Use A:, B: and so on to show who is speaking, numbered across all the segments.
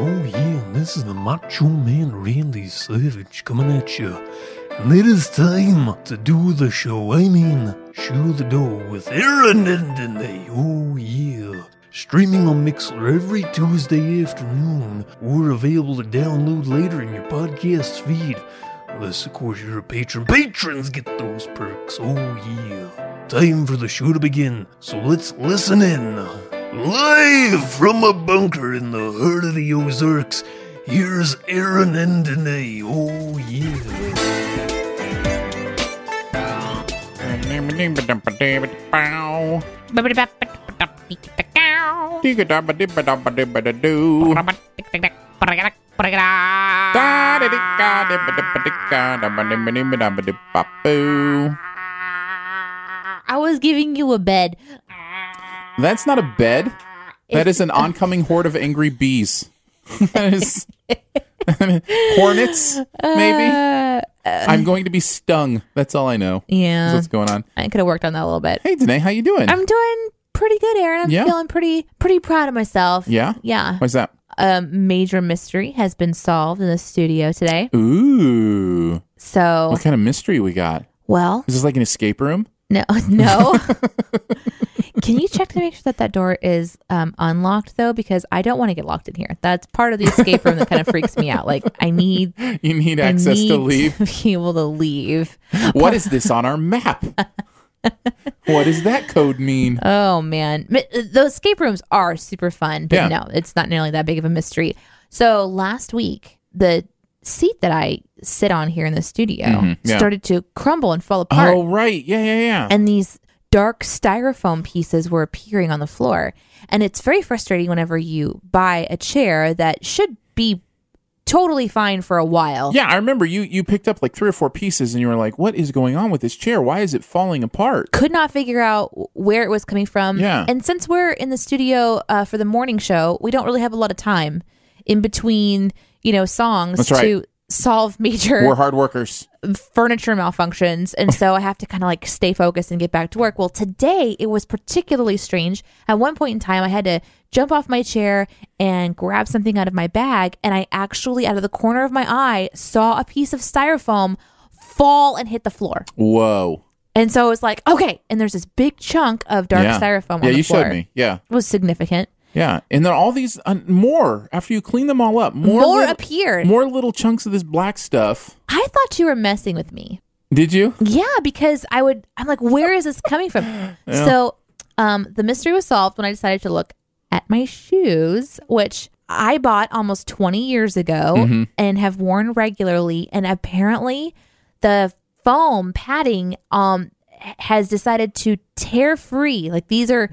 A: Oh yeah, this is the Macho Man Randy Savage coming at you. And it is time to do the show. I mean, show the door with Aaron and Danae. Oh yeah. Streaming on Mixler every Tuesday afternoon. We're available to download later in your podcast feed. Unless, of course, you're a patron. Patrons get those perks. Oh yeah. Time for the show to begin. So let's listen in. Live from a bunker in the heart of the Ozarks, here's Aaron and Danae. Oh, yeah.
B: Dee-ga-da-ba-dee-ba-da-ba-dee-ba-da-bow. Dee-ga-da-ba-dee-ba-da-ba-dee-ba-da-doo. Da-da-dee-ga-da-ba-da-ba-da-ga-da-ba-dee-ba-dee-ba-da-ba-dee-ba-boo.
C: I was giving you a bed.
B: That's not a bed. That is an oncoming horde of angry bees. that is hornets, maybe.
C: Uh,
B: I'm going to be stung. That's all I know. is
C: yeah.
B: What's going on?
C: I could have worked on that a little bit.
B: Hey, Danae, how you doing?
C: I'm doing pretty good, Aaron. I'm
B: Yeah.
C: feeling pretty pretty proud of myself.
B: yeah.
C: Yeah.
B: What's that?
C: A major mystery has been solved in the studio today.
B: Ooh.
C: So,
B: What kind of mystery we got?
C: well,
B: Is this like an escape room?
C: no, no. Can you check to make sure that that door is um, unlocked though? Because I don't want to get locked in here. That's part of the escape room that kind of freaks me out. Like, I need
B: You need
C: I
B: access
C: need
B: to leave.
C: be able to leave.
B: What is this on our map? what does that code mean?
C: Oh man, M- the escape rooms are super fun, but
B: Yeah.
C: no, it's not nearly that big of a mystery. So last week, the seat that I sit on here in the studio
B: Mhm, yeah.
C: started to crumble and fall apart,
B: Oh right, yeah, yeah, yeah.
C: and these dark styrofoam pieces were appearing on the floor. And it's very frustrating whenever you buy a chair that should be totally fine for a while.
B: yeah, I remember you you picked up like three or four pieces, and you were like, "What is going on with this chair? Why is it falling apart?"
C: could not figure out where it was coming from.
B: Yeah.
C: And since we're in the studio uh, for the morning show, we don't really have a lot of time in between, you know, songs
B: That's right.
C: to solve major
B: We're hard workers.
C: furniture malfunctions. And so I have to kind of like stay focused and get back to work. Well, today it was particularly strange. At one point in time, I had to jump off my chair and grab something out of my bag. And I actually, out of the corner of my eye, saw a piece of styrofoam fall and hit the floor.
B: Whoa.
C: And so it was like, okay. And there's this big chunk of dark
B: yeah.
C: styrofoam on
B: Yeah,
C: the
B: you
C: floor.
B: showed me. Yeah,
C: It was significant.
B: yeah, and then all these uh, more after you clean them all up. More
C: More,
B: little,
C: appeared.
B: More little chunks of this black stuff.
C: I thought you were messing with me.
B: Did you?
C: Yeah, because I would, I'm like, where is this coming from? So um, the mystery was solved when I decided to look at my shoes, which I bought almost 20 years ago
B: Mm-hmm.
C: and have worn regularly. And apparently the foam padding um, h- has decided to tear free. Like these are,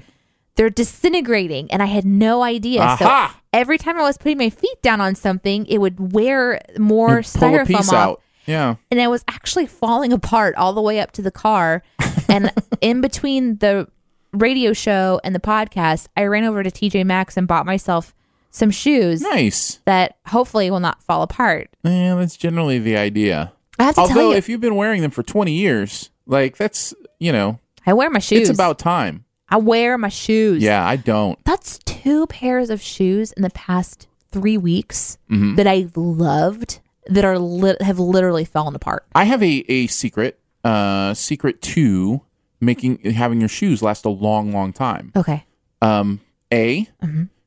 C: they're disintegrating. And I had no idea.
B: Aha!
C: So every time I was putting my feet down on something, it would wear more
B: You pull a
C: styrofoam
B: piece
C: off
B: out. Yeah.
C: and I was actually falling apart all the way up to the car. And in between the radio show and the podcast, I ran over to TJ Maxx and bought myself some shoes
B: Nice.
C: that hopefully will not fall apart.
B: Yeah, that's generally the idea.
C: I have to
B: Although,
C: tell you,
B: if you've been wearing them for 20 years, like that's, you know,
C: I wear my shoes.
B: it's about time.
C: I wear my shoes.
B: Yeah, I don't.
C: that's two pairs of shoes in the past three weeks
B: Mm-hmm.
C: that I loved that are lit have literally fallen apart.
B: I have a, a secret, uh, secret to making, having your shoes last a long, long time.
C: Okay.
B: Um, a,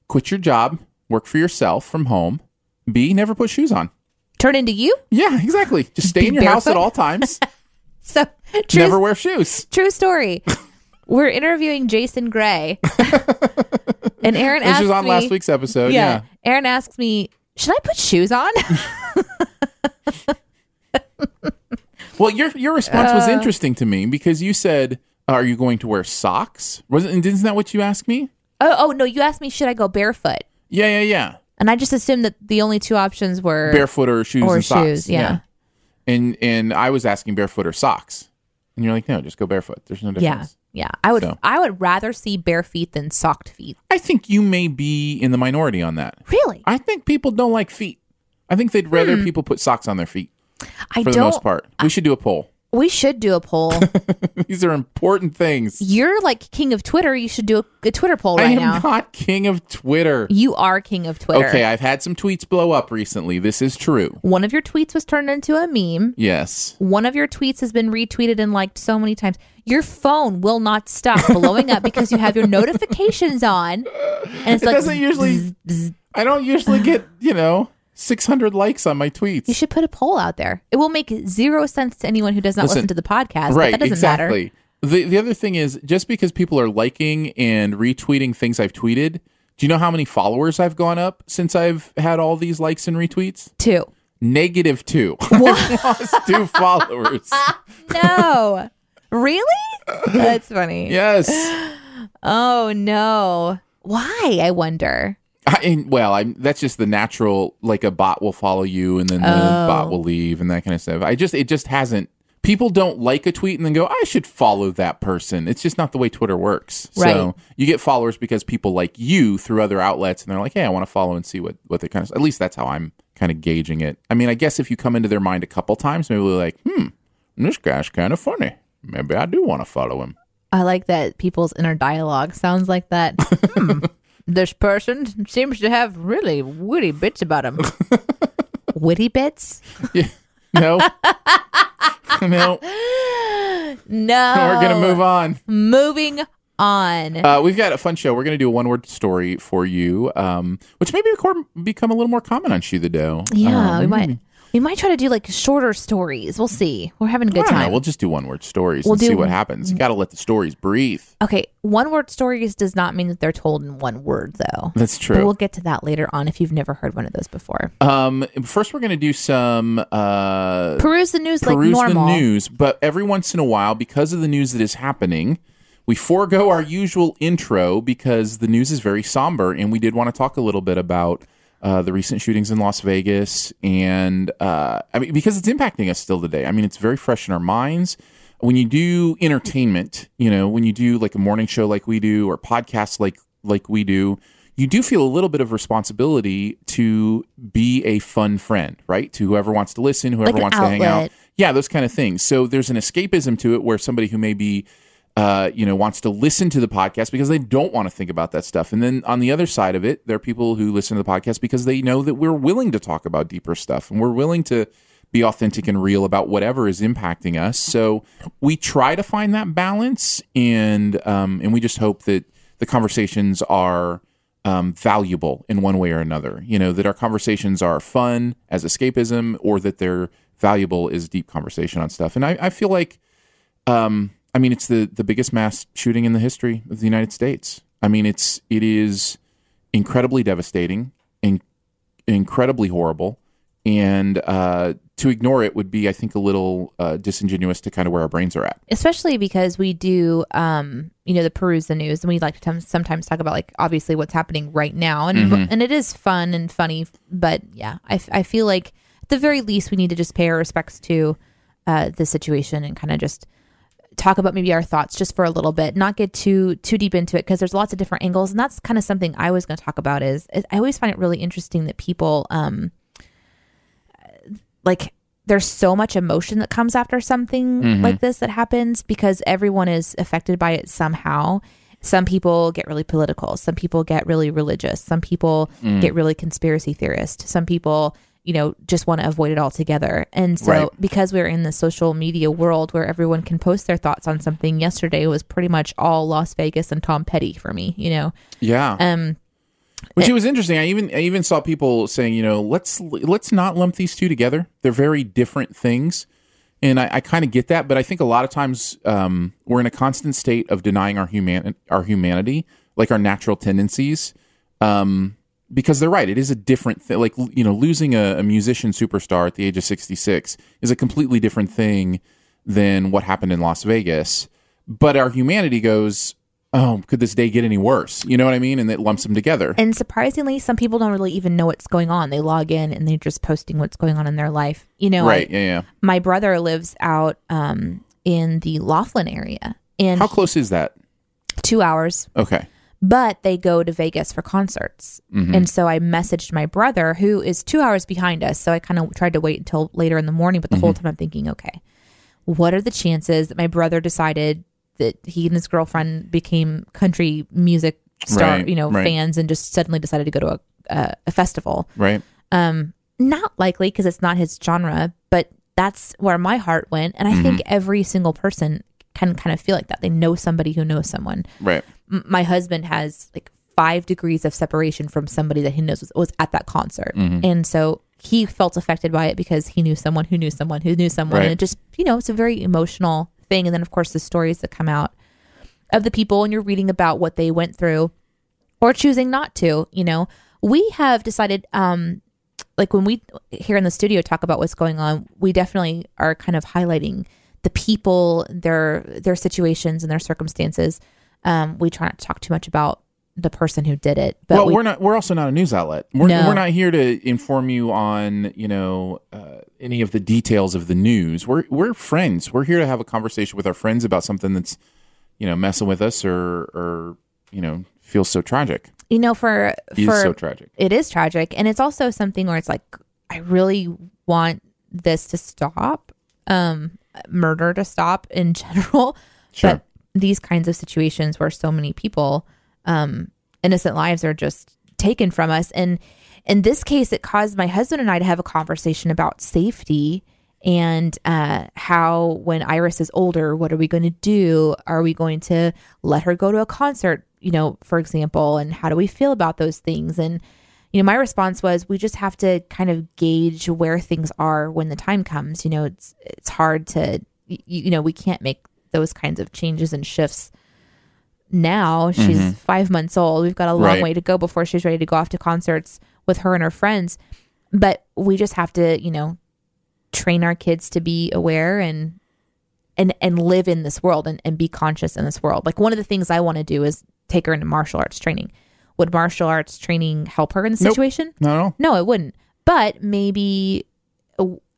B: quit your job work for yourself from home. B, never put shoes on.
C: Turn into you.
B: Yeah, exactly. Just stay
C: Be
B: in your house at
C: barefoot?
B: all times.
C: So true,
B: never wear shoes.
C: true story. We're interviewing Jason Gray, and Aaron
B: This
C: asked
B: was on
C: me,
B: last week's episode.
C: yeah,
B: Yeah.
C: Aaron asks me, should I put shoes on?
B: Well, your your response was
C: Uh.
B: interesting to me because you said, "Are you going to wear socks?" Wasn't and isn't that what you asked me?
C: oh, oh no, you asked me, should I go barefoot?
B: Yeah, yeah, yeah.
C: And I just assumed that the only two options were
B: Barefoot or shoes
C: or
B: and socks.
C: shoes, yeah.
B: And and I was asking barefoot or socks, and you're like, "No, just go barefoot. There's no
C: Yeah,
B: difference."
C: yeah. I would,
B: So.
C: I would rather see bare feet than socked feet.
B: I think you may be in the minority on that.
C: Really,
B: I think people don't like feet. I think they'd rather people put socks on their feet
C: Hmm. I
B: for
C: don't.
B: the most part. We should do a poll.
C: We should do a poll.
B: These are important things.
C: You're like king of Twitter. You should do a, a Twitter poll
B: I
C: right
B: am
C: now.
B: not king of Twitter.
C: you are king of Twitter.
B: Okay, I've had some tweets blow up recently. This is true.
C: One of your tweets was turned into a meme.
B: Yes.
C: One of your tweets has been retweeted and liked so many times. Your phone will not stop blowing up because you have your notifications on. And it's
B: It
C: like,
B: doesn't usually-
C: bzz, bzz.
B: I don't usually get, you know, 600 likes on my
C: You
B: tweets.
C: should put a poll out there. It will make zero sense to anyone who does not listen,
B: Listen,
C: to the podcast.
B: right,
C: but that doesn't matter.
B: exactly. The, the other thing is just because people are liking and retweeting things I've tweeted, do you know how many followers I've gone up since I've had all these likes and retweets?
C: Two.
B: Negative two. I've lost two followers.
C: No. really? That's funny.
B: Yes.
C: Oh, no. Why? I wonder.
B: I, and, well, I'm, that's just the natural, like a bot will follow you and then the
C: Oh.
B: bot will leave and that kind of stuff. I just, it just hasn't. People don't like a tweet and then go, I should follow that person. It's just not the way Twitter works.
C: Right.
B: So you get followers because people like you through other outlets and they're like, hey, I want to follow and see what, what they kind of, at least that's how I'm kind of gauging it. I mean, I guess if you come into their mind a couple times, maybe they're like, hmm, this guy's kind of funny. Maybe I do want to follow him.
C: I like that people's inner dialogue sounds like that. Hmm, this person seems to have really witty bits about him. witty bits?
B: Yeah. No. no.
C: No.
B: We're going to move on.
C: Moving on.
B: Uh, we've got a fun show. We're going to do a one word story for you, um, which may become, become a little more common on Shoe the Dough.
C: yeah,
B: Um,
C: we might we might try to do like shorter stories. We'll see. We're having
B: I
C: a good
B: don't know.
C: time.
B: We'll just do one word stories
C: We'll
B: and see
C: do-
B: what happens. You got to let the stories breathe.
C: okay, one word stories does not mean that they're told in one word though.
B: That's
C: But
B: true.
C: we'll get to that later on if you've never heard one of those before.
B: um, first, we're going to do some uh,
C: Peruse the news
B: peruse
C: like normal.
B: the news, but every once in a while, because of the news that is happening, we forego our usual intro because the news is very somber, and we did want to talk a little bit about uh, the recent shootings in Las Vegas, and uh, I mean because it's impacting us still today. I mean, it's very fresh in our minds. When you do entertainment, you know, when you do like a morning show like we do, or podcasts like like we do, you do feel a little bit of responsibility to be a fun friend, right? To whoever wants to listen, whoever
C: Like an
B: wants to hang out
C: outlet.
B: yeah those kind of things so there's an escapism to it where somebody who maybe uh, you know wants to listen to the podcast because they don't want to think about that stuff and then on the other side of it there are people who listen to the podcast because they know that we're willing to talk about deeper stuff and we're willing to be authentic and real about whatever is impacting us so we try to find that balance and um, and we just hope that the conversations are um, valuable in one way or another. You know, that our conversations are fun as escapism or that they're valuable as deep conversation on stuff. And I, I feel like, um, I mean, it's the, the biggest mass shooting in the history of the United States. I mean, it's, it is incredibly devastating and incredibly horrible. And uh, to ignore it would be, I think, a little uh, disingenuous to kind of where our brains are at.
C: especially because we do um you know the peruse the news and we like to tom- sometimes talk about like obviously what's happening right now and and it is fun and funny but yeah I, f- I feel like at the very least we need to just pay our respects to uh the situation and kind of just talk about maybe our thoughts just for a little bit not get too too deep into it because there's lots of different angles and that's kind of something i was going to talk about is is i always find it really interesting that people um like there's so much emotion that comes after something like this that happens because everyone is affected by it somehow. Some people get really political, some people get really religious, some people get really conspiracy theorist, some people, you know, just want to avoid it altogether. And so
B: Right.
C: because we're in the social media world where everyone can post their thoughts on something, yesterday was pretty much all Las Vegas and Tom Petty for me, you know.
B: Yeah.
C: Um
B: Which it was interesting. I even I even saw people saying, you know, let's let's not lump these two together. They're very different things, and I, I kind of get that. But I think a lot of times um, we're in a constant state of denying our human our humanity, like our natural tendencies, um, because they're right. It is a different thing. Like you know, losing a, a musician superstar at the age of sixty six is a completely different thing than what happened in Las Vegas. But our humanity goes, oh, could this day get any worse? You know what I mean? And it lumps them together.
C: And surprisingly, some people don't really even know what's going on. They log in and they're just posting what's going on in their life. You know,
B: right?
C: I-
B: yeah, yeah.
C: my brother lives out um, in the Laughlin area and
B: How close is that?
C: two hours,
B: Okay.
C: but they go to Vegas for concerts.
B: Mm-hmm.
C: And so I messaged my brother, who is two hours behind us. So I kind of tried to wait until later in the morning, but the
B: Mm-hmm.
C: whole time I'm thinking, okay, what are the chances that my brother decided that he and his girlfriend became country music star,
B: Right,
C: you know,
B: right.
C: fans and just suddenly decided to go to a, a, a festival?
B: Right.
C: Um, not likely because it's not his genre, but that's where my heart went. And I think
B: Mm-hmm.
C: every single person can kind of feel like that. They know somebody who knows someone.
B: Right.
C: M- my husband has like five degrees of separation from somebody that he knows was, was at that concert. And so he felt affected by it because he knew someone who knew someone who knew someone.
B: Right.
C: And it just, you know, it's a very emotional thing. And then, of course, the stories that come out of the people and you're reading about what they went through or choosing not to, you know. We have decided, um, like when we here in the studio talk about what's going on, we definitely are kind of highlighting the people, their their situations and their circumstances. Um, we try not to talk too much about the person who did it, but
B: well,
C: we,
B: we, are not. We're also not a news outlet. We're,
C: No.
B: we're not here to inform you on you know uh, any of the details of the news. We're we're friends. We're here to have a conversation with our friends about something that's you know messing with us or or you know feels so tragic.
C: you know, for
B: Is
C: for
B: so tragic.
C: it is tragic and it's also something where it's like i really want this to stop um murder to stop in general
B: Sure.
C: but these kinds of situations where so many people um innocent lives are just taken from us and in this case it caused my husband and i to have a conversation about safety and uh, how when iris is older what are we going to do are we going to let her go to a concert you know for example and how do we feel about those things and you know my response was we just have to kind of gauge where things are when the time comes you know it's it's hard to you, you know we can't make those kinds of changes and shifts now she's five months old we've got a long
B: Mm-hmm. Right.
C: way to go before she's ready to go off to concerts with her and her friends but we just have to you know train our kids to be aware and and and live in this world and, and be conscious in this world like one of the things i want to do is take her into martial arts training would martial arts training help her in the
B: Nope.
C: situation
B: No, no.
C: no, it wouldn't. But maybe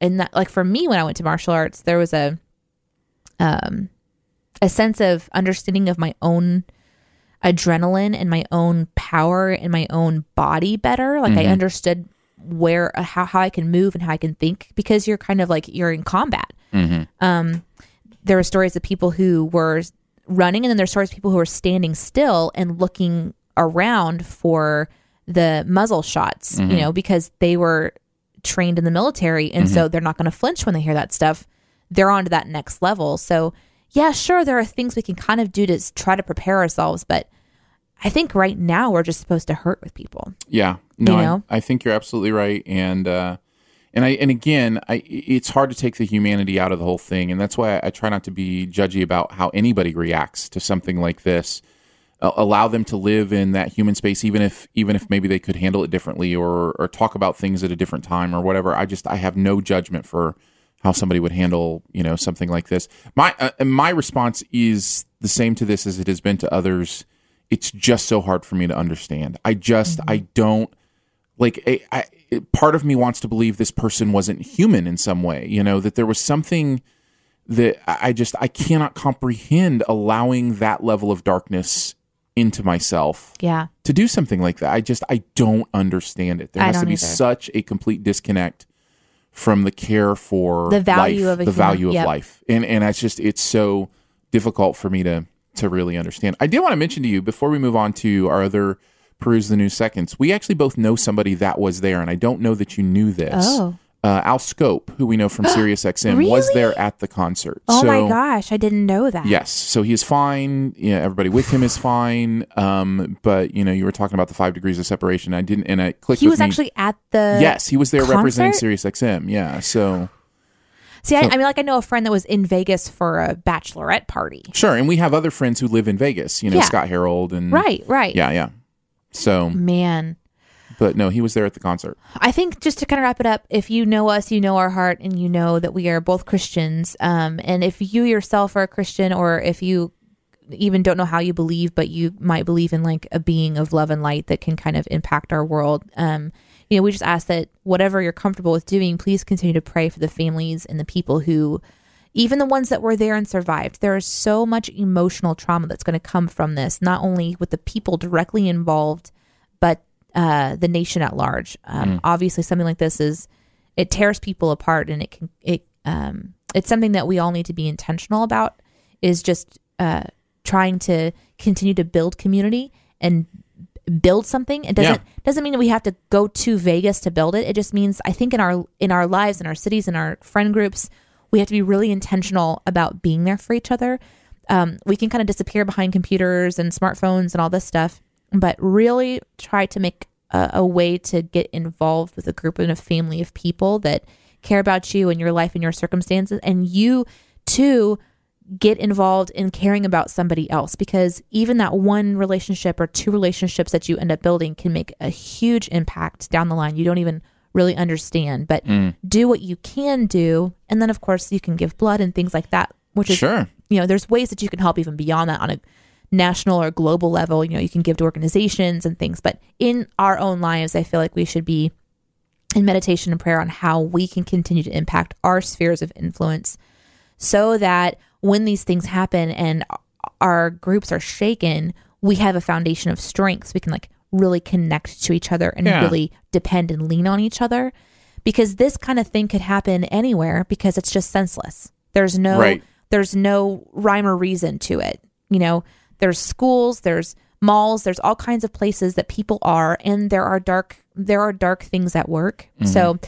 C: and that like for me when I went to martial arts, there was a um a sense of understanding of my own adrenaline and my own power and my own body better. Like I understood where uh, how how I can move and how I can think because you're kind of like you're in combat. Um there were stories of people who were running and then there's stories of people who were standing still and looking around for the muzzle shots
B: Mm-hmm.
C: you know because they were trained in the military and so
B: Mm-hmm.
C: they're not going to flinch when they hear that stuff they're on to that next level so yeah sure there are things we can kind of do to s- try to prepare ourselves but i think right now we're just supposed to hurt with people
B: Yeah, no,
C: You
B: I-
C: know?
B: I, think you're absolutely right, and uh, and I and again, I it's hard to take the humanity out of the whole thing, and that's why I, I try not to be judgy about how anybody reacts to something like this. Uh, allow them to live in that human space, even if even if maybe they could handle it differently or or talk about things at a different time or whatever. I just I have no judgment for how somebody would handle you know something like this. My uh, and my response is the same to this as it has been to others. It's just so hard for me to understand. I just I don't like I, I, it- part of me wants to believe this person wasn't human in some way you know that there was something that i I just i cannot comprehend allowing that level of darkness into myself
C: yeah
B: to do something like that i just i don't understand it there
C: I
B: has to
C: don't
B: be
C: either.
B: such a complete disconnect from the care for
C: The value
B: life,
C: of a
B: the
C: human.
B: value of
C: Yep.
B: life and and it's just it's so difficult for me to to really understand i did want to mention to you before we move on to our other peruse the news seconds we actually both know somebody that was there and i don't know that you knew this
C: Oh.
B: uh, Al Scope, who we know from SiriusXM, was
C: Really?
B: there at the concert.
C: Oh
B: so,
C: my gosh, I didn't know that.
B: Yes, so he is fine. Yeah, everybody with him is fine. Um, but you know, you were talking about the five degrees of separation. I didn't, and I clicked.
C: He
B: with
C: was
B: me.
C: actually at the
B: yes, he was there representing
C: concert?
B: SiriusXM. Yeah, so
C: See, I, I mean, like I know a friend that was in Vegas for a bachelorette party.
B: sure. And we have other friends who live in Vegas. You know,
C: Yeah.
B: Scott Harold and
C: Right, right.
B: Mm. Yeah, yeah. So,
C: Man,
B: but no, he was there at the concert.
C: I think just to kind of wrap it up, if you know us, you know our heart, and you know that we are both Christians. Um, and if you yourself are a Christian, or if you even don't know how you believe, but you might believe in like a being of love and light that can kind of impact our world. Um, you know, we just ask that whatever you're comfortable with doing, please continue to pray for the families and the people who, even the ones that were there and survived. There is so much emotional trauma that's going to come from this, not only with the people directly involved, but uh, the nation at large. Um, Obviously, something like this is it tears people apart, and it can it um, it's something that we all need to be intentional about. Is just uh, trying to continue to build community and build something. It doesn't doesn't mean that we have to go to Vegas to build it. It just means I think in our in our lives, in our cities, in our friend groups, we have to be really intentional about being there for each other. Um, we can kind of disappear behind computers and smartphones and all this stuff, but really try to make a, a way to get involved with a group and a family of people that care about you and your life and your circumstances, and you too get involved in caring about somebody else because even that one relationship or two relationships that you end up building can make a huge impact down the line. You don't even really understand, but do what you can do. And then, of course, you can give blood and things like that, which is,
B: Sure.
C: you know, there's ways that you can help even beyond that on a national or global level. You know, you can give to organizations and things, but in our own lives, I feel like we should be in meditation and prayer on how we can continue to impact our spheres of influence so that when these things happen and our groups are shaken, we have a foundation of strengths. We can like really connect to each other and
B: Yeah.
C: really depend and lean on each other because this kind of thing could happen anywhere because it's just senseless. There's no
B: Right.
C: there's no rhyme or reason to it. You know, there's schools, there's malls, there's all kinds of places that people are and there are dark there are dark things at work.
B: Mm-hmm.
C: So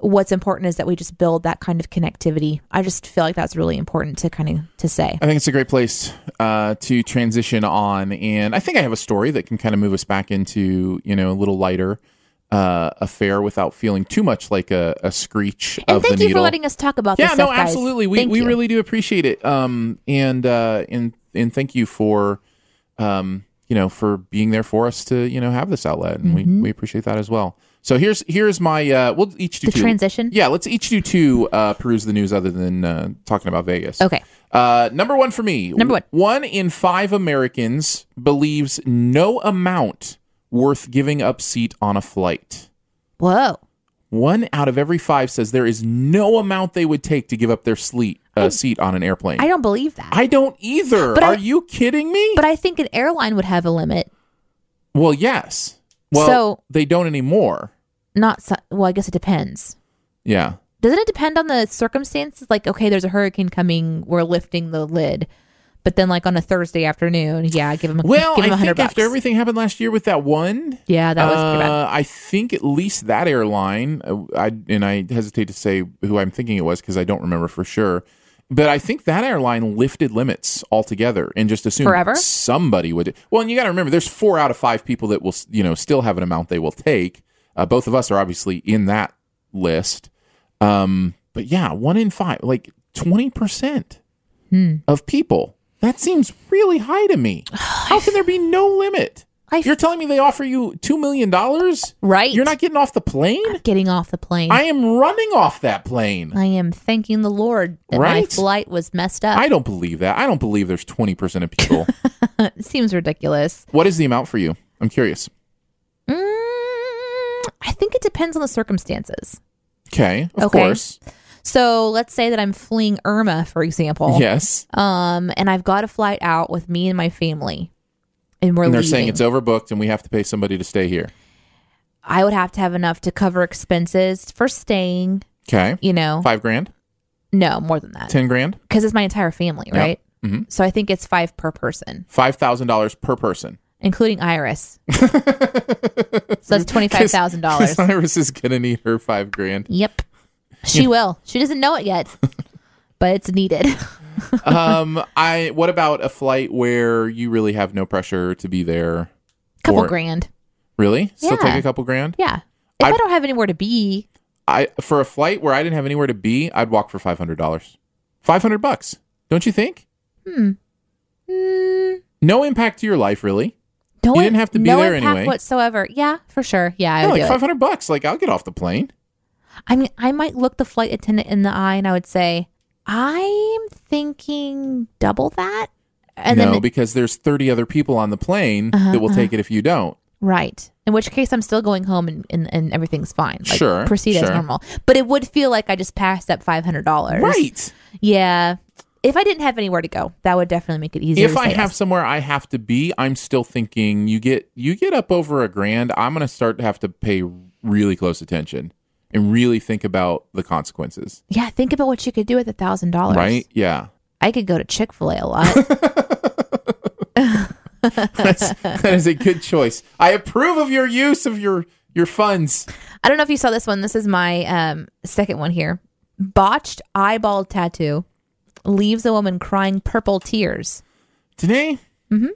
C: what's important is that we just build that kind of connectivity. I just feel like that's really important to kind of to say.
B: I think it's a great place uh, to transition on, and I think I have a story that can kind of move us back into you know a little lighter uh, affair without feeling too much like a, a screech
C: And
B: of
C: thank
B: the
C: you
B: needle.
C: for letting us talk about
B: yeah,
C: this
B: no,
C: stuff, guys.
B: absolutely. We
C: Thank
B: we
C: you.
B: really do appreciate it. Um, and uh, and and thank you for, um, you know, for being there for us to you know have this outlet, and
C: Mm-hmm.
B: we, we appreciate that as well. So here's here's my uh, we'll each do
C: the
B: two.
C: transition.
B: Yeah, let's each do two uh, peruse the news other than uh, talking about Vegas.
C: Okay.
B: Uh, number one for me.
C: Number one.
B: One in five Americans believes no amount worth giving up seat on a flight.
C: Whoa.
B: One out of every five says there is no amount they would take to give up their sleet, uh, seat on an airplane.
C: I don't believe that.
B: I don't either.
C: But I-
B: Are you kidding me?
C: but I think an airline would have a limit.
B: well, yes. Well,
C: So-
B: they don't anymore.
C: Not so, well, I guess it depends.
B: Yeah.
C: Doesn't it depend on the circumstances? Like, okay, there's a hurricane coming, we're lifting the lid. But then like on a Thursday afternoon, yeah, give them a
B: Well,
C: give 'em
B: I
C: a hundred
B: think
C: bucks.
B: after everything happened last year with that one,
C: yeah, that was pretty bad.
B: Uh, I think at least that airline, uh, I and I hesitate to say who I'm thinking it was because I don't remember for sure. But I think that airline lifted limits altogether and just assumed
C: Forever?
B: somebody would. Well, and you got to remember, there's four out of five people that will, s- you know, still have an amount they will take. Uh, both of us are obviously in that list. Um, but yeah, one in five, like twenty percent
C: Hmm.
B: of people. That seems really high to me. How can there be no limit?
C: I-
B: You're telling me they offer you two million dollars?
C: Right.
B: You're not getting off the plane?
C: Getting off the plane.
B: I am running off that plane.
C: I am thanking the Lord that my
B: Right?
C: flight was messed up.
B: I don't believe that. I don't believe there's twenty percent of people.
C: it seems ridiculous.
B: what is the amount for you? I'm curious.
C: Mm, I think it depends on the circumstances.
B: Okay, of
C: Okay.
B: course.
C: So let's say that I'm fleeing Irma, for example.
B: Yes.
C: Um, and I've got a flight out with me and my family, and we're
B: And they're
C: leaving.
B: saying it's overbooked and we have to pay somebody to stay here.
C: I would have to have enough to cover expenses for staying.
B: Okay.
C: You know,
B: Five grand?
C: no more than that
B: Ten grand?
C: because it's my entire family,
B: Yep.
C: right?
B: Mhm.
C: So I think it's five per person.
B: Five thousand dollars per person.
C: including Iris. so that's twenty five thousand dollars.
B: Because Iris is gonna need her five grand.
C: Yep, she will. She doesn't know it yet, but it's needed.
B: Um, I. What about a flight where you really have no pressure to be there?
C: couple
B: Or-
C: grand.
B: Really? Still
C: Yeah.
B: take a couple grand.
C: Yeah. If I,
B: I-
C: don't have anywhere to be,
B: I for a flight where I didn't have anywhere to be, I'd walk for five hundred dollars. Five hundred bucks. Don't you think?
C: hmm. mm,
B: No impact to your life, really.
C: don't
B: You didn't have to be
C: no
B: there
C: impact
B: anyway.
C: whatsoever. Yeah, for sure. Yeah, I
B: Yeah,
C: would
B: like
C: do it.
B: five hundred bucks. Like I'll get off the plane.
C: I mean, I might look the flight attendant in the eye and I would say, I'm thinking double that. And
B: no,
C: then, Uh-huh,
B: because there's thirty other people on the plane that will take it if you don't.
C: right. In which case, I'm still going home and, and, and everything's fine. Like,
B: Sure,
C: Proceed as
B: sure.
C: normal. But it would feel like I just passed up $500.
B: Right.
C: Yeah. If I didn't have anywhere to go, that would definitely make it easier.
B: if
C: to
B: I
C: say
B: have
C: yes.
B: somewhere I have to be, I'm still thinking you get you get up over a grand, I'm gonna start to have to pay really close attention and really think about the consequences.
C: yeah, think about what you could do with a thousand dollars.
B: Right? Yeah.
C: I could go to Chick Fil A a lot.
B: That's, that is a good choice. I approve of your use of your your funds.
C: I don't know if you saw this one. This is my um, second one here. Botched eyeball tattoo leaves a woman crying purple tears.
B: Today,
C: Mm-hmm.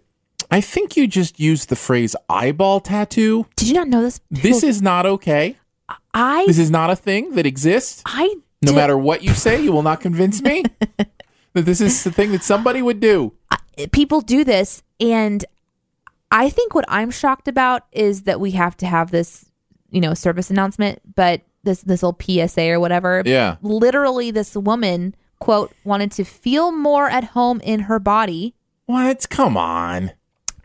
B: I think you just used the phrase eyeball tattoo.
C: Did you not know this?
B: This is not okay.
C: I
B: This is not a thing that exists.
C: I
B: No
C: did-
B: matter what you say, you will not convince me that this is the thing that somebody would do.
C: people do this, and I think what I'm shocked about is that we have to have this, you know, service announcement, but this this old PSA or whatever.
B: Yeah.
C: Literally, this woman quote wanted to feel more at home in her body,
B: What? Come on.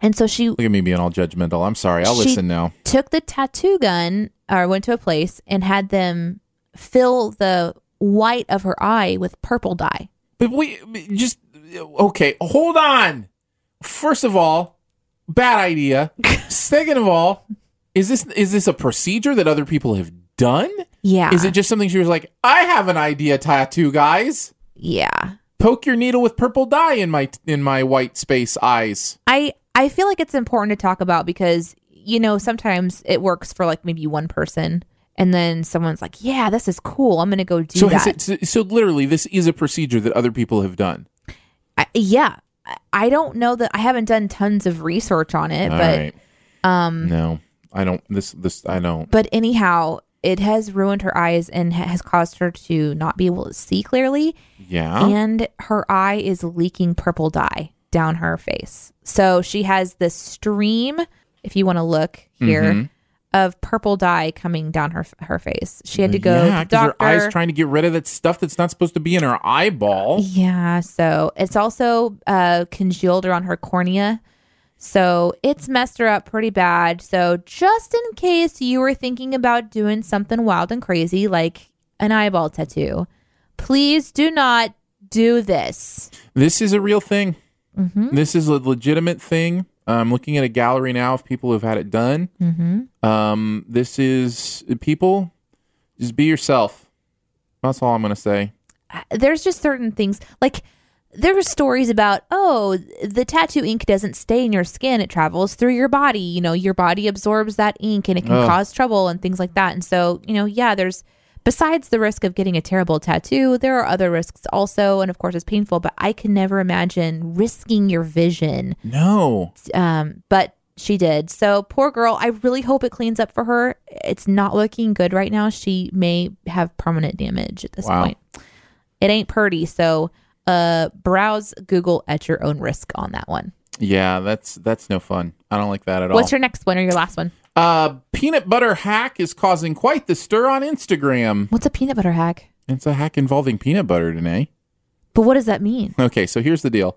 C: and so she
B: Look at me being all judgmental. I'm sorry. I'll
C: She-
B: listen now.
C: took the tattoo gun or went to a place and had them fill the white of her eye with purple dye.
B: But we just okay. Hold on. First of all, bad idea. Second of all, is this is this a procedure that other people have done?
C: Yeah.
B: Is it just something she was like, I have an idea, tattoo guys.
C: yeah.
B: Poke your needle with purple dye in my in my white space eyes.
C: I I feel like it's important to talk about because you know sometimes it works for like maybe one person and then someone's like, "Yeah, this is cool. I'm going to go do
B: So
C: that."
B: has it, so- so literally, this is a procedure that other people have done.
C: I, yeah. I- I don't know that I haven't done tons of research on it,
B: All
C: but
B: right. Um. No, I don't. This this I don't.
C: But anyhow, it has ruined her eyes and ha- has caused her to not be able to see clearly.
B: Yeah.
C: and her eye is leaking purple dye down her face. So she has this stream, if you want to look here,
B: Mm-hmm.
C: of purple dye coming down her her face. She had to go
B: Yeah,
C: to the
B: 'cause her
C: doctor.
B: eyes trying to get rid of that stuff that's not supposed to be in her eyeball.
C: yeah, so it's also uh, congealed around her cornea. So it's messed her up pretty bad. So just in case you were thinking about doing something wild and crazy like an eyeball tattoo, please do not do this.
B: This is a real thing.
C: Mm-hmm.
B: This is a legitimate thing. I'm looking at a gallery now of people who've had it done.
C: Mm-hmm.
B: Um, this is people. Just be yourself. That's all I'm gonna say.
C: there's just certain things like there are stories about oh the tattoo ink doesn't stay in your skin it travels through your body you know your body absorbs that ink and it can
B: Ugh.
C: cause trouble and things like that and so you know yeah there's besides the risk of getting a terrible tattoo there are other risks also and of course it's painful but i can never imagine risking your vision
B: No,
C: um, but she did. So poor girl. I really hope it cleans up for her. It's not looking good right now. She may have permanent damage at this
B: Wow.
C: point. It ain't purty. So uh, browse Google at your own risk on that one.
B: yeah, that's that's no fun. I don't like that at
C: What's
B: all.
C: your next one or your last one?
B: uh, peanut butter hack is causing quite the stir on Instagram.
C: What's a peanut butter hack?
B: It's a hack involving peanut butter today.
C: But what does that mean?
B: Okay, so here's the deal.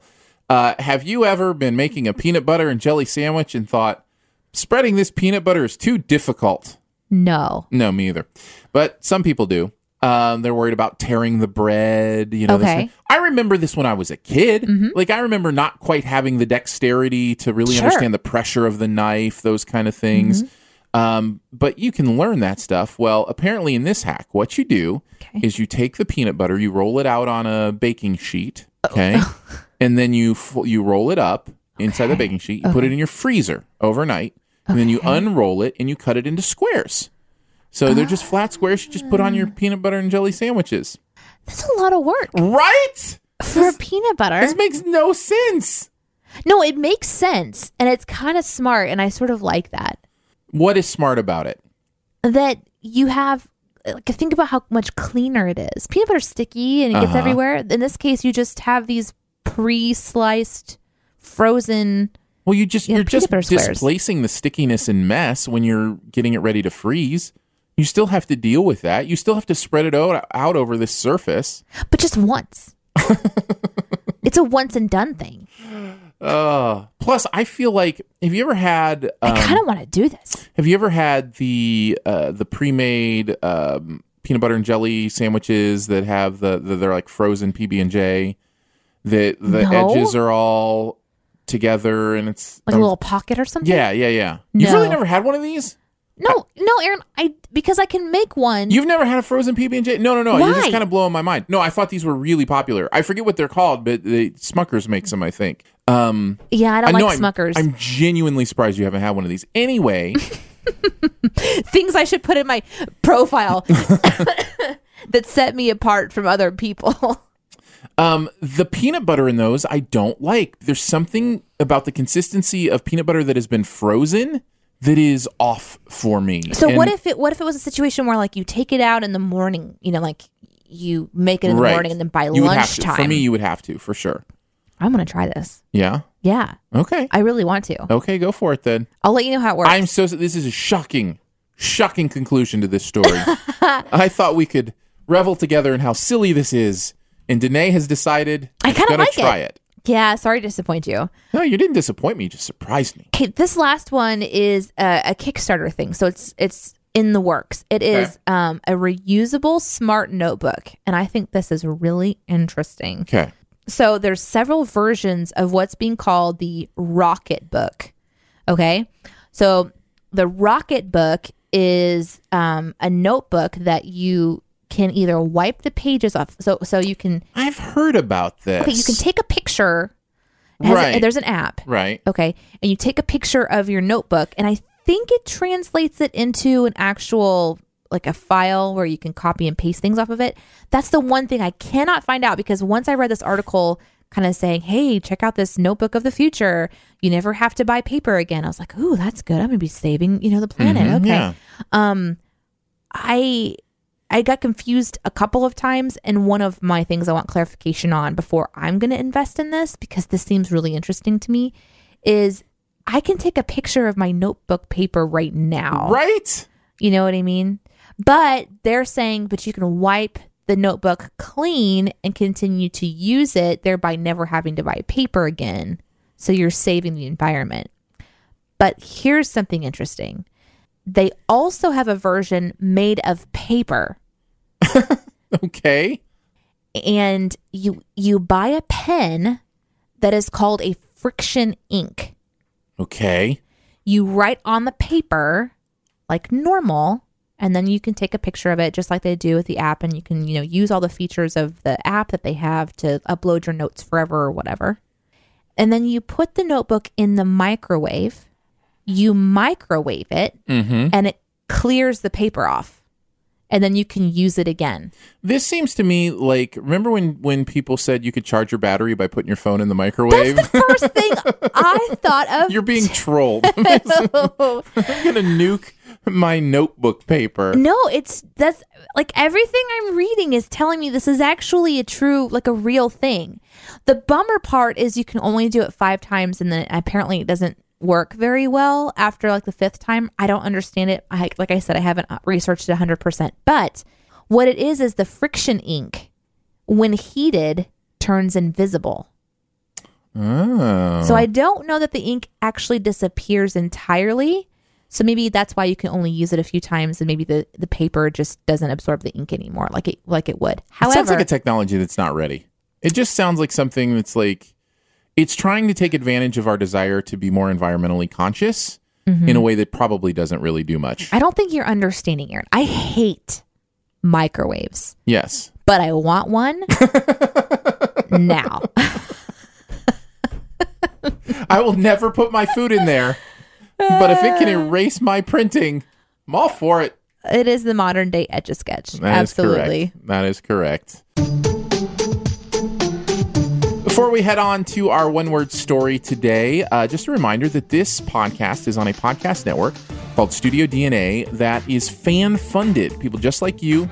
B: Uh, have you ever been making a peanut butter and jelly sandwich and thought, spreading this peanut butter is too difficult?
C: No.
B: No, me either. But some people do. Um, they're worried about tearing the bread. You know, this
C: Okay. Mm-hmm.
B: thing. I remember this when I was a kid. Like I remember not quite having the dexterity to really
C: Sure.
B: understand the pressure of the knife, those kind of things.
C: Mm-hmm.
B: Um, but you can learn that stuff. Well, apparently in this hack, what you do
C: Okay.
B: is you take the peanut butter,
C: Oh.
B: you roll it out on a baking sheet, okay, and then you f- you roll it up inside the baking sheet. You put it in your freezer overnight, and then you unroll it and you cut it into squares. So they're just flat squares. You just put on your
C: Ah.
B: peanut butter and jelly sandwiches.
C: That's a lot of work
B: Right?
C: for a peanut butter.
B: This makes no sense.
C: No, it makes sense and it's kind of smart and I sort of like that.
B: What is smart about it?
C: That you have like think about how much cleaner it is. Peanut butter's sticky and it
B: Uh-huh.
C: gets everywhere. In this case you just have these pre-sliced frozen
B: Well, you just
C: Yeah,
B: you're
C: peanut
B: just
C: butter squares.
B: displacing the stickiness and mess when you're getting it ready to freeze. You still have to deal with that. You still have to spread it out, out over this surface.
C: but just once. it's a once and done thing.
B: Uh, plus, I feel like have you ever had? Um,
C: I kind of want to do this.
B: have you ever had the uh, the pre made um, peanut butter and jelly sandwiches that have the, the they're like frozen PB and J that the
C: No.
B: edges are all together and it's
C: Like
B: um,
C: a little pocket or something.
B: yeah yeah yeah. You've really
C: No.
B: never had one of these.
C: No, no, Aaron, I because I can make one.
B: You've never had a frozen PB and J? No, no, no. You're just
C: Why?
B: kind of blowing my mind. No, I thought these were really popular. I forget what they're called, but the Smuckers makes them, I think. Um,
C: yeah, I don't
B: know
C: like
B: I'm-
C: Smuckers.
B: I'm, genuinely surprised you haven't had one of these. Anyway,
C: things I should put in my profile that set me apart from other people.
B: um, the peanut butter in those I don't like. There's something about the consistency of peanut butter that has been frozen that is off for me.
C: So
B: And-
C: what if it what if it was a situation where like you take it out in the morning, you know, like you make it in the
B: right.
C: morning and then by
B: You would have to.
C: lunchtime.
B: For me, you would have to for sure.
C: I'm gonna try this.
B: Yeah.
C: Yeah.
B: Okay.
C: I really want to.
B: Okay. Go for it then.
C: I'll let you know how it works.
B: I'm so. This is a shocking, shocking conclusion to this story. I thought we could revel together in how silly this is, and Danae has decided
C: I
B: she's
C: kinda
B: gonna
C: like
B: try it.
C: yeah, sorry to disappoint you.
B: No, you didn't disappoint me. You just surprised me.
C: Okay, this last one is a, a Kickstarter thing, so it's it's in the works. It is
B: Okay.
C: um, a reusable smart notebook, and I think this is really interesting.
B: Okay.
C: So there's several versions of what's being called the Rocket Book. Okay, so the Rocket Book is um, a notebook that you can either wipe the pages off, so so you can
B: I've heard about this.
C: okay, you can take a picture. It has a-
B: Right.
C: there's an app.
B: right.
C: Okay. And you take a picture of your notebook, and I think it translates it into an actual, like a file where you can copy and paste things off of it. That's the one thing I cannot find out because once I read this article kind of saying, hey, check out this notebook of the future. You never have to buy paper again. I was like, ooh, that's good. I'm going to be saving, you know, the planet.
B: Mhm,
C: okay.
B: yeah.
C: Um, I. I got confused a couple of times, and one of my things I want clarification on before I'm going to invest in this because this seems really interesting to me is I can take a picture of my notebook paper right now.
B: Right.
C: You know what I mean? But they're saying, but you can wipe the notebook clean and continue to use it, thereby never having to buy paper again. So you're saving the environment. But here's something interesting they also have a version made of paper
B: Okay.
C: and you you buy a pen that is called a friction ink
B: Okay.
C: you write on the paper like normal and then you can take a picture of it just like they do with the app and you can you know use all the features of the app that they have to upload your notes forever or whatever and then you put the notebook in the microwave you microwave it
B: Mm-hmm.
C: and it clears the paper off and then you can use it again
B: This seems to me like remember when when people said you could charge your battery by putting your phone in the microwave?
C: first thing i thought of
B: You're being trolled. I'm gonna nuke my notebook paper.
C: No, it's that's like everything I'm reading is telling me this is actually a true, like a real thing. The bummer part is you can only do it five times, and then apparently it doesn't work very well after like the fifth time. I don't understand it. I, like I said, I haven't uh, researched it 100%. But what it is is the friction ink, when heated, turns invisible.
B: Oh.
C: So I don't know that the ink actually disappears entirely. So maybe that's why you can only use it a few times, and maybe the, the paper just doesn't absorb the ink anymore, like it like it would.
B: it sounds
C: However,
B: like a technology that's not ready. It just sounds like something that's like it's trying to take advantage of our desire to be more environmentally conscious in a way that probably doesn't really do much.
C: Mm-hmm. I don't think you're understanding, Aaron. I hate microwaves,
B: yes.
C: but I want one now.
B: I will never put my food in there. But if it can erase my printing, I'm all for it.
C: It is the modern day etch a sketch.
B: That is
C: Absolutely.
B: correct. That is correct. Before we head on to our one word story today, uh, just a reminder that this podcast is on a podcast network called Studio DNA that is fan funded. People just like you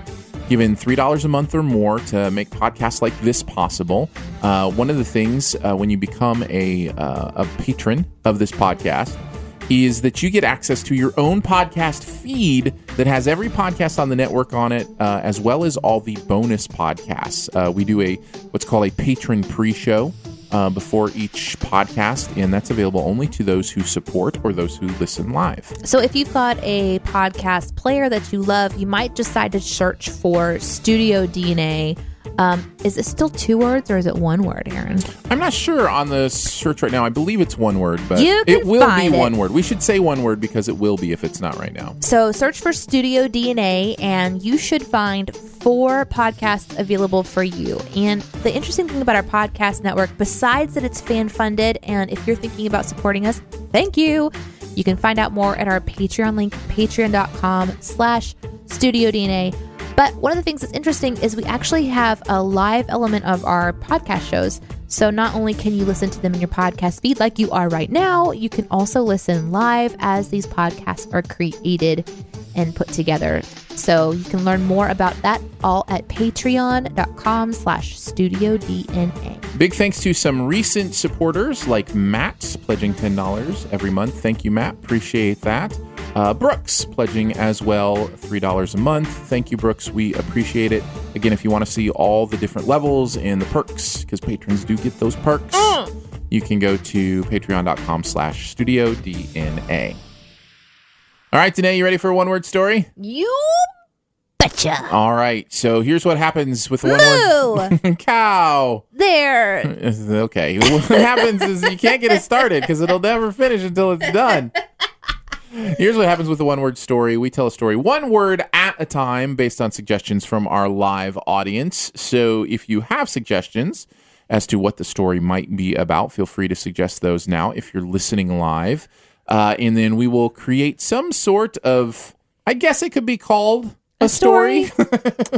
B: giving $3 a month or more to make podcasts like this possible. Uh, one of the things uh, when you become a, uh, a patron of this podcast, is that you get access to your own podcast feed that has every podcast on the network on it, uh, as well as all the bonus podcasts. Uh, we do a what's called a patron pre-show uh, before each podcast, and that's available only to those who support or those who listen live.
C: So if you've got a podcast player that you love, you might decide to search for Studio DNA. Um, is it still two words or is it one word, Aaron?
B: I'm not sure on the search right now. I believe it's one word, but
C: You
B: it
C: can
B: will be
C: find it.
B: one word. We should say one word because it will be if it's not right now.
C: So search for Studio DNA and you should find four podcasts available for you. And the interesting thing about our podcast network, besides that it's fan funded, and if you're thinking about supporting us, thank you. You can find out more at our Patreon link, patreon.com slash studio DNA. But one of the things that's interesting is we actually have a live element of our podcast shows. So not only can you listen to them in your podcast feed like you are right now, you can also listen live as these podcasts are created and put together. So you can learn more about that all at patreon.com slash studio DNA.
B: Big thanks to some recent supporters like Matt, pledging $10 every month. Thank you, Matt. Appreciate that. Uh, Brooks, pledging as well $3 a month. Thank you, Brooks. We appreciate it. Again, if you want to see all the different levels and the perks, because patrons do get those perks, you can go to patreon.com slash studio DNA. All right, Danae, you ready for a one-word story?
C: You betcha.
B: All right, so here's what happens with a
C: Moo!
B: one-word... Cow!
C: there.
B: Okay. What happens is you can't get it started because it'll never finish until it's done. Here's what happens with the one word story. We tell a story one word at a time based on suggestions from our live audience. So if you have suggestions as to what the story might be about, feel free to suggest those now if you're listening live. Uh, and then we will create some sort of, I guess it could be called a, story.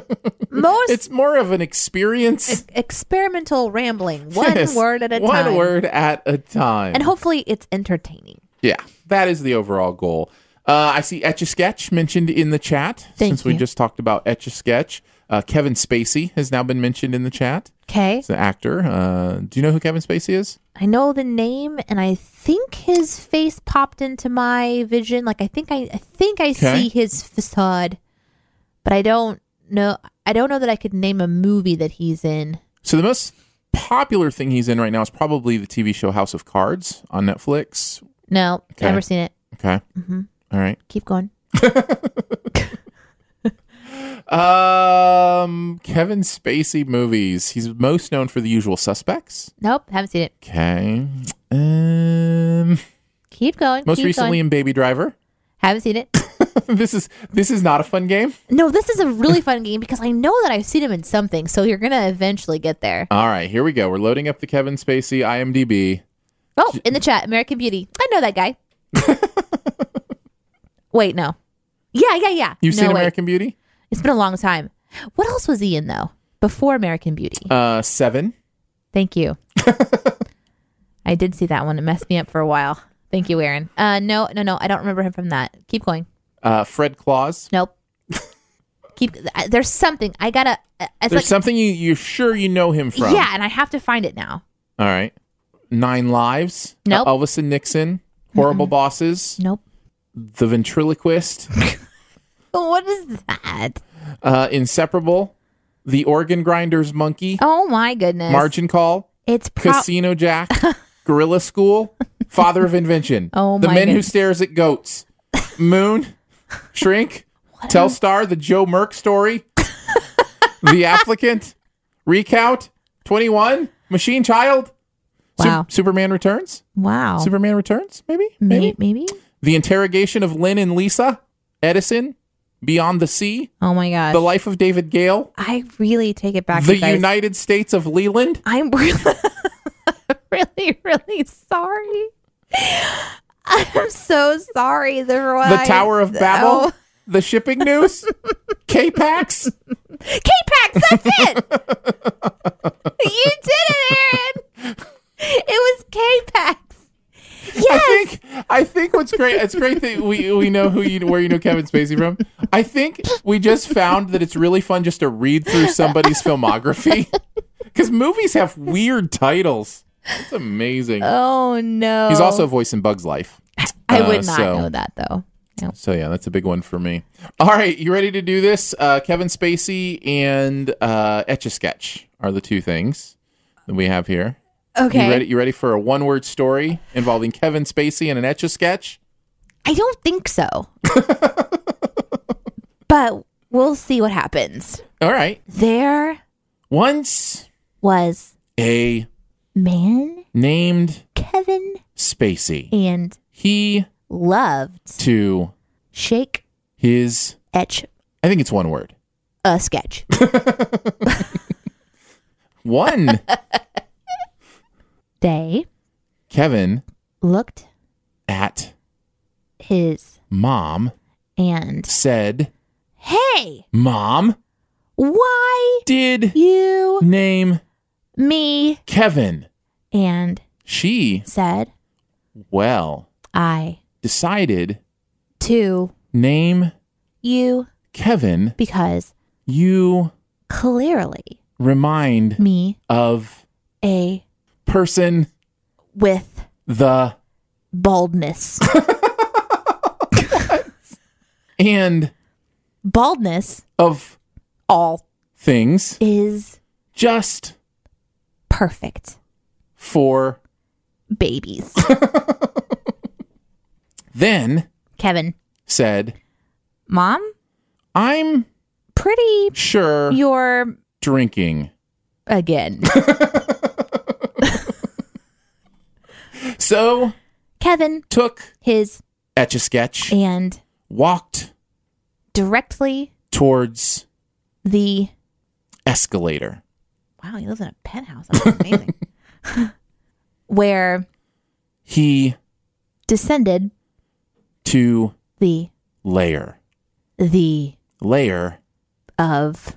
C: Most
B: it's more of an experience.
C: experimental rambling, one
B: Yes.
C: word at a
B: one
C: time.
B: word at a time.
C: And hopefully it's entertaining.
B: yeah, that is the overall goal. Uh, I see Etch a Sketch mentioned in the chat
C: Thank
B: since we
C: you.
B: just talked about Etch a Sketch. Uh, Kevin Spacey has now been mentioned in the chat.
C: Okay.
B: He's an actor. Uh, do you know who Kevin Spacey is?
C: I know the name, and I think his face popped into my vision. Like I think I, I think I
B: Okay.
C: see his facade, but I don't know. I don't know that I could name a movie that he's in.
B: So the most popular thing he's in right now is probably the TV show House of Cards on Netflix.
C: No,
B: Okay.
C: never seen it.
B: Okay.
C: Mm-hmm.
B: All right.
C: Keep going.
B: Um, Kevin Spacey movies. He's most known for The Usual Suspects.
C: Nope, haven't seen it.
B: Okay. Um,
C: Keep going.
B: most
C: keep
B: recently
C: going.
B: in Baby Driver.
C: haven't seen it.
B: this is this is not a fun game.
C: No, this is a really fun game because I know that I've seen him in something. So you're gonna eventually get there.
B: All right, here we go. We're loading up the Kevin Spacey IMDb.
C: Oh, in the chat, American Beauty. I know that guy. wait, no. Yeah, yeah, yeah.
B: You've
C: no,
B: seen
C: wait.
B: American Beauty?
C: It's been a long time. What else was he in though? Before American Beauty.
B: Uh, seven.
C: Thank you. I did see that one. It messed me up for a while. Thank you, Aaron. Uh, no, no, no. I don't remember him from that. Keep going.
B: Uh, Fred Claus.
C: Nope. Keep. I- There's something I gotta. uh, It's
B: There's
C: like
B: something you you're sure you know him from.
C: yeah, and I have to find it now.
B: All right. Nine Lives.
C: Nope.
B: Uh, Elvis and Nixon. Horrible Bosses.
C: Nope.
B: The Ventriloquist.
C: What is that?
B: Uh, Inseparable. The Organ Grinders Monkey.
C: Oh my goodness.
B: Margin Call.
C: It's pro-
B: Casino Jack. Gorilla School. Father of Invention.
C: Oh
B: The
C: my
B: Men Who
C: goodness.
B: Stares at Goats. Moon. Shrink. Telstar. The Joe Merck Story. the Applicant. Recount. 21. Machine Child. Su-
C: Wow.
B: Superman Returns.
C: wow.
B: Superman Returns, maybe?
C: maybe, maybe.
B: The Interrogation of Lynn and Lisa. Edison. Beyond the Sea.
C: Oh my gosh.
B: The Life of David Gale.
C: I really take it back.
B: the
C: you guys.
B: United States of Leland.
C: I'm really. really, really sorry. I'm so sorry. The,
B: The Tower of Babel, the shipping news, K-Pax.
C: K Pax, that's it. you did it, Aaron. It was K Pax. Yes.
B: I think I think what's great it's great that we we know who you where you know Kevin Spacey from. I think we just found that it's really fun just to read through somebody's filmography because movies have weird titles. It's amazing.
C: oh no.
B: He's also a voice in Bugs Life.
C: I
B: uh,
C: would not
B: so-
C: know that though. No.
B: So yeah, that's a big one for me. All right, you ready to do this? Uh, Kevin Spacey and uh, Etch a Sketch are the two things that we have here.
C: Okay.
B: You ready? You ready for a one-word story involving Kevin Spacey and an Etch a Sketch?
C: I don't think so. but we'll see what happens.
B: All right.
C: There
B: Once
C: was
B: a
C: man
B: named
C: Kevin
B: Spacey,
C: and
B: he
C: loved
B: to
C: shake
B: his.
C: etch
B: I think it's one word.
C: a sketch.
B: One
C: They
B: Kevin
C: looked
B: at
C: his
B: mom
C: and
B: said,
C: hey,
B: "Mom,
C: why
B: did
C: you
B: name
C: me
B: Kevin?"
C: and
B: She
C: said
B: well
C: I
B: decided
C: to
B: name
C: you
B: Kevin.
C: because
B: You
C: clearly
B: remind
C: me
B: of
C: a
B: person
C: with
B: the
C: baldness.
B: and
C: baldness
B: of
C: all
B: things
C: is
B: just
C: perfect.
B: for
C: Babies.
B: then
C: Kevin,
B: said,
C: mom,
B: I'm
C: pretty
B: sure
C: you're
B: drinking.
C: again.
B: So
C: Kevin,
B: took
C: his
B: Etch a Sketch,
C: and
B: walked
C: directly
B: towards
C: the
B: escalator.
C: wow, he lives in a penthouse. That's amazing. Where
B: He
C: descended
B: to
C: the
B: layer.
C: the
B: Layer
C: of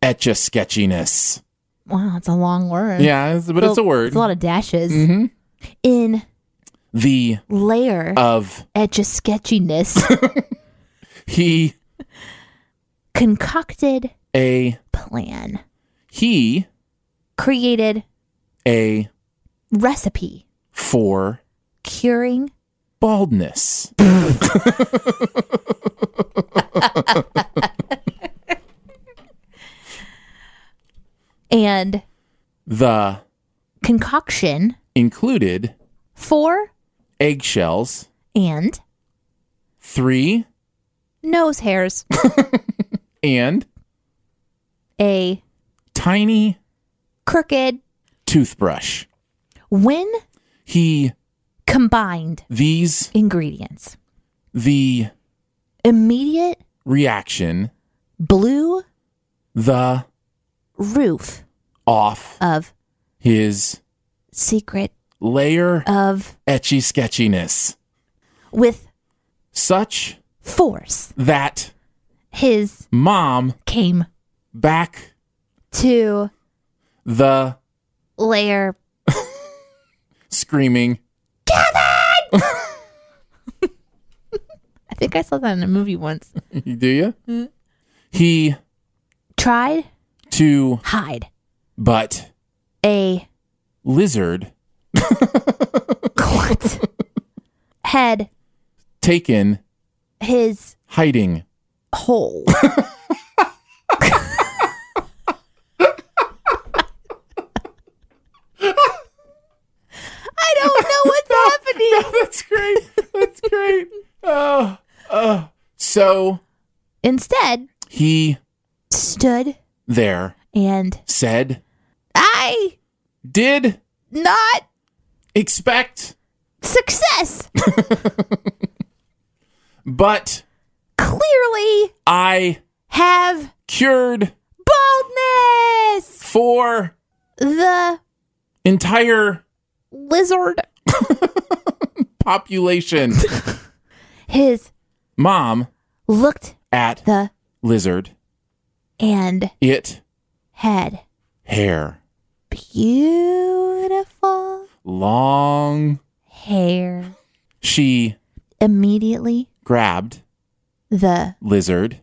B: etch a sketchiness.
C: wow, it's a long word.
B: Yeah, it's- but it's a word.
C: It's a lot of dashes
B: Mhm.
C: in
B: The
C: layer
B: of
C: edge of sketchiness.
B: he
C: concocted
B: a
C: plan,
B: he
C: created
B: a
C: recipe,
B: for
C: curing
B: baldness.
C: and
B: The
C: concoction
B: included
C: for
B: eggshells,
C: and
B: three
C: nose hairs.
B: and
C: A
B: tiny
C: crooked
B: toothbrush.
C: when
B: He
C: combined
B: these
C: ingredients.
B: the
C: Immediate
B: reaction
C: blew
B: the
C: roof
B: off
C: of
B: his
C: secret
B: layer
C: of
B: etchy sketchiness
C: with
B: such
C: force.
B: that
C: His
B: mom
C: came
B: back
C: to
B: the
C: layer
B: screaming
C: I think I saw that in a movie once.
B: do you he
C: Tried
B: to
C: hide
B: but
C: a
B: lizard
C: what? had
B: taken
C: his
B: hiding
C: hole. I don't know what's happening.
B: that's great that's great oh, oh. so
C: Instead,
B: he
C: stood
B: there
C: and
B: said
C: I
B: did
C: not
B: expect
C: success.
B: but
C: Clearly
B: i
C: have
B: cured
C: boldness.
B: for
C: The
B: entire
C: Lizard.
B: population.
C: His
B: Mom
C: looked
B: at
C: the
B: lizard.
C: and
B: It
C: had
B: hair.
C: beautiful
B: Long.
C: hair.
B: She
C: Immediately,
B: grabbed
C: the
B: lizard,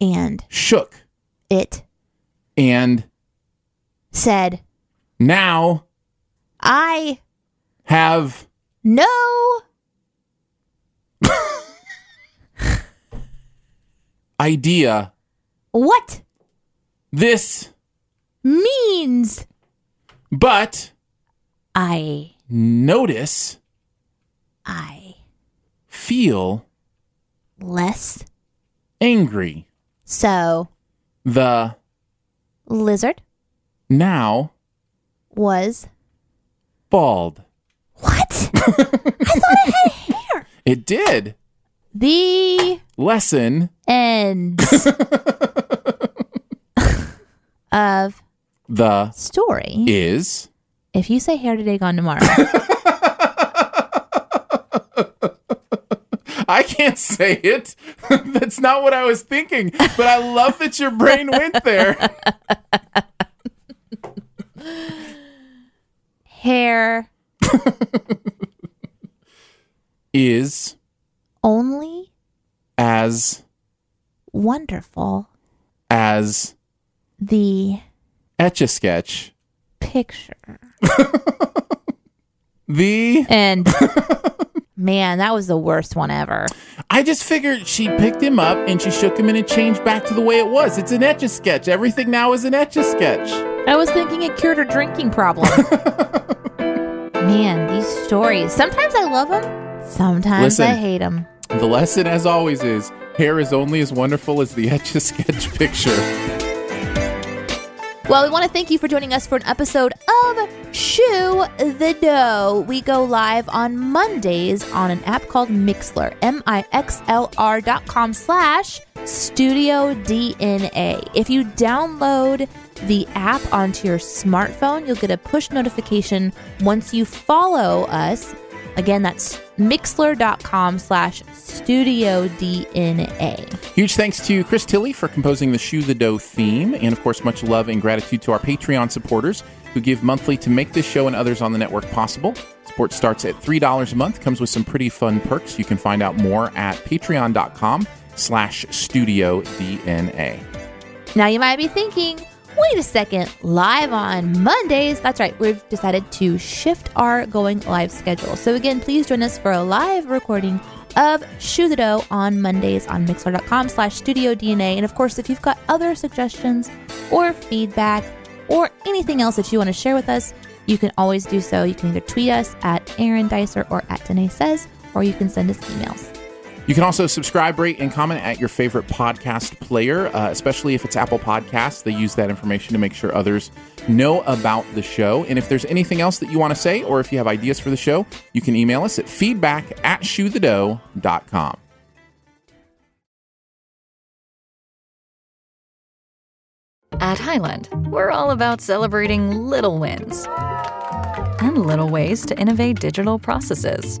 C: and
B: shook,
C: it
B: and
C: said,
B: now
C: I
B: have
C: know
B: idea
C: what
B: this,
C: means.
B: but
C: I,
B: notice,
C: I,
B: feel
C: less.
B: angry.
C: So,
B: The
C: lizard
B: now
C: was
B: bald.
C: what?
B: It did.
C: the
B: Lesson
C: end of
B: the
C: story.
B: is
C: If you say hair today, gone tomorrow.
B: I can't say it. That's not what I was thinking, but I love that your brain went there.
C: hair
B: Is
C: only
B: as
C: wonderful.
B: as
C: The
B: etch a sketch.
C: picture.
B: The
C: And man, that was the worst one ever.
B: I just figured she picked him up and she shook him and it changed back to the way it was. It's an etch a sketch. Everything now is an etch a sketch.
C: I was thinking it cured her drinking problem. man, these stories. Sometimes I love them, sometimes I
B: Listen.
C: hate them.
B: The lesson, as always, is hair is only as wonderful as the etch a sketch picture.
C: Well, we want to thank you for joining us for an episode of Shoe the Dough. We go live on Mondays on an app called Mixler, M-I-X-L-R dot com slash Studio DNA. If you download the app onto your smartphone, you'll get a push notification once you follow us. Again, that's mixler.com slash studio DNA.
B: Huge thanks to Chris Tilley for composing the Shoe the Dough theme. And of course, much love and gratitude to our Patreon supporters who give monthly to make this show and others on the network possible. Support starts at $3 a month, comes with some pretty fun perks. You can find out more at patreon.com slash studio DNA.
C: Now you might be thinking, wait a second, live on Mondays. That's right, we've decided to shift our going live schedule. So again, please join us for a live recording of Shoe the Dough on Mondays on Mixler.com slash Studio DNA. And of course, if you've got other suggestions or feedback or anything else that you want to share with us, you can always do so. You can either tweet us at Aaron Dicer or at Danae Says, or you can send us emails.
B: You can also subscribe, rate, and comment at your favorite podcast player, uh, especially if it's Apple Podcasts. They use that information to make sure others know about the show. And if there's anything else that you want to say, or if you have ideas for the show, you can email us at feedback at shoethedough.com.
D: At Highland, we're all about celebrating little wins and little ways to innovate digital processes.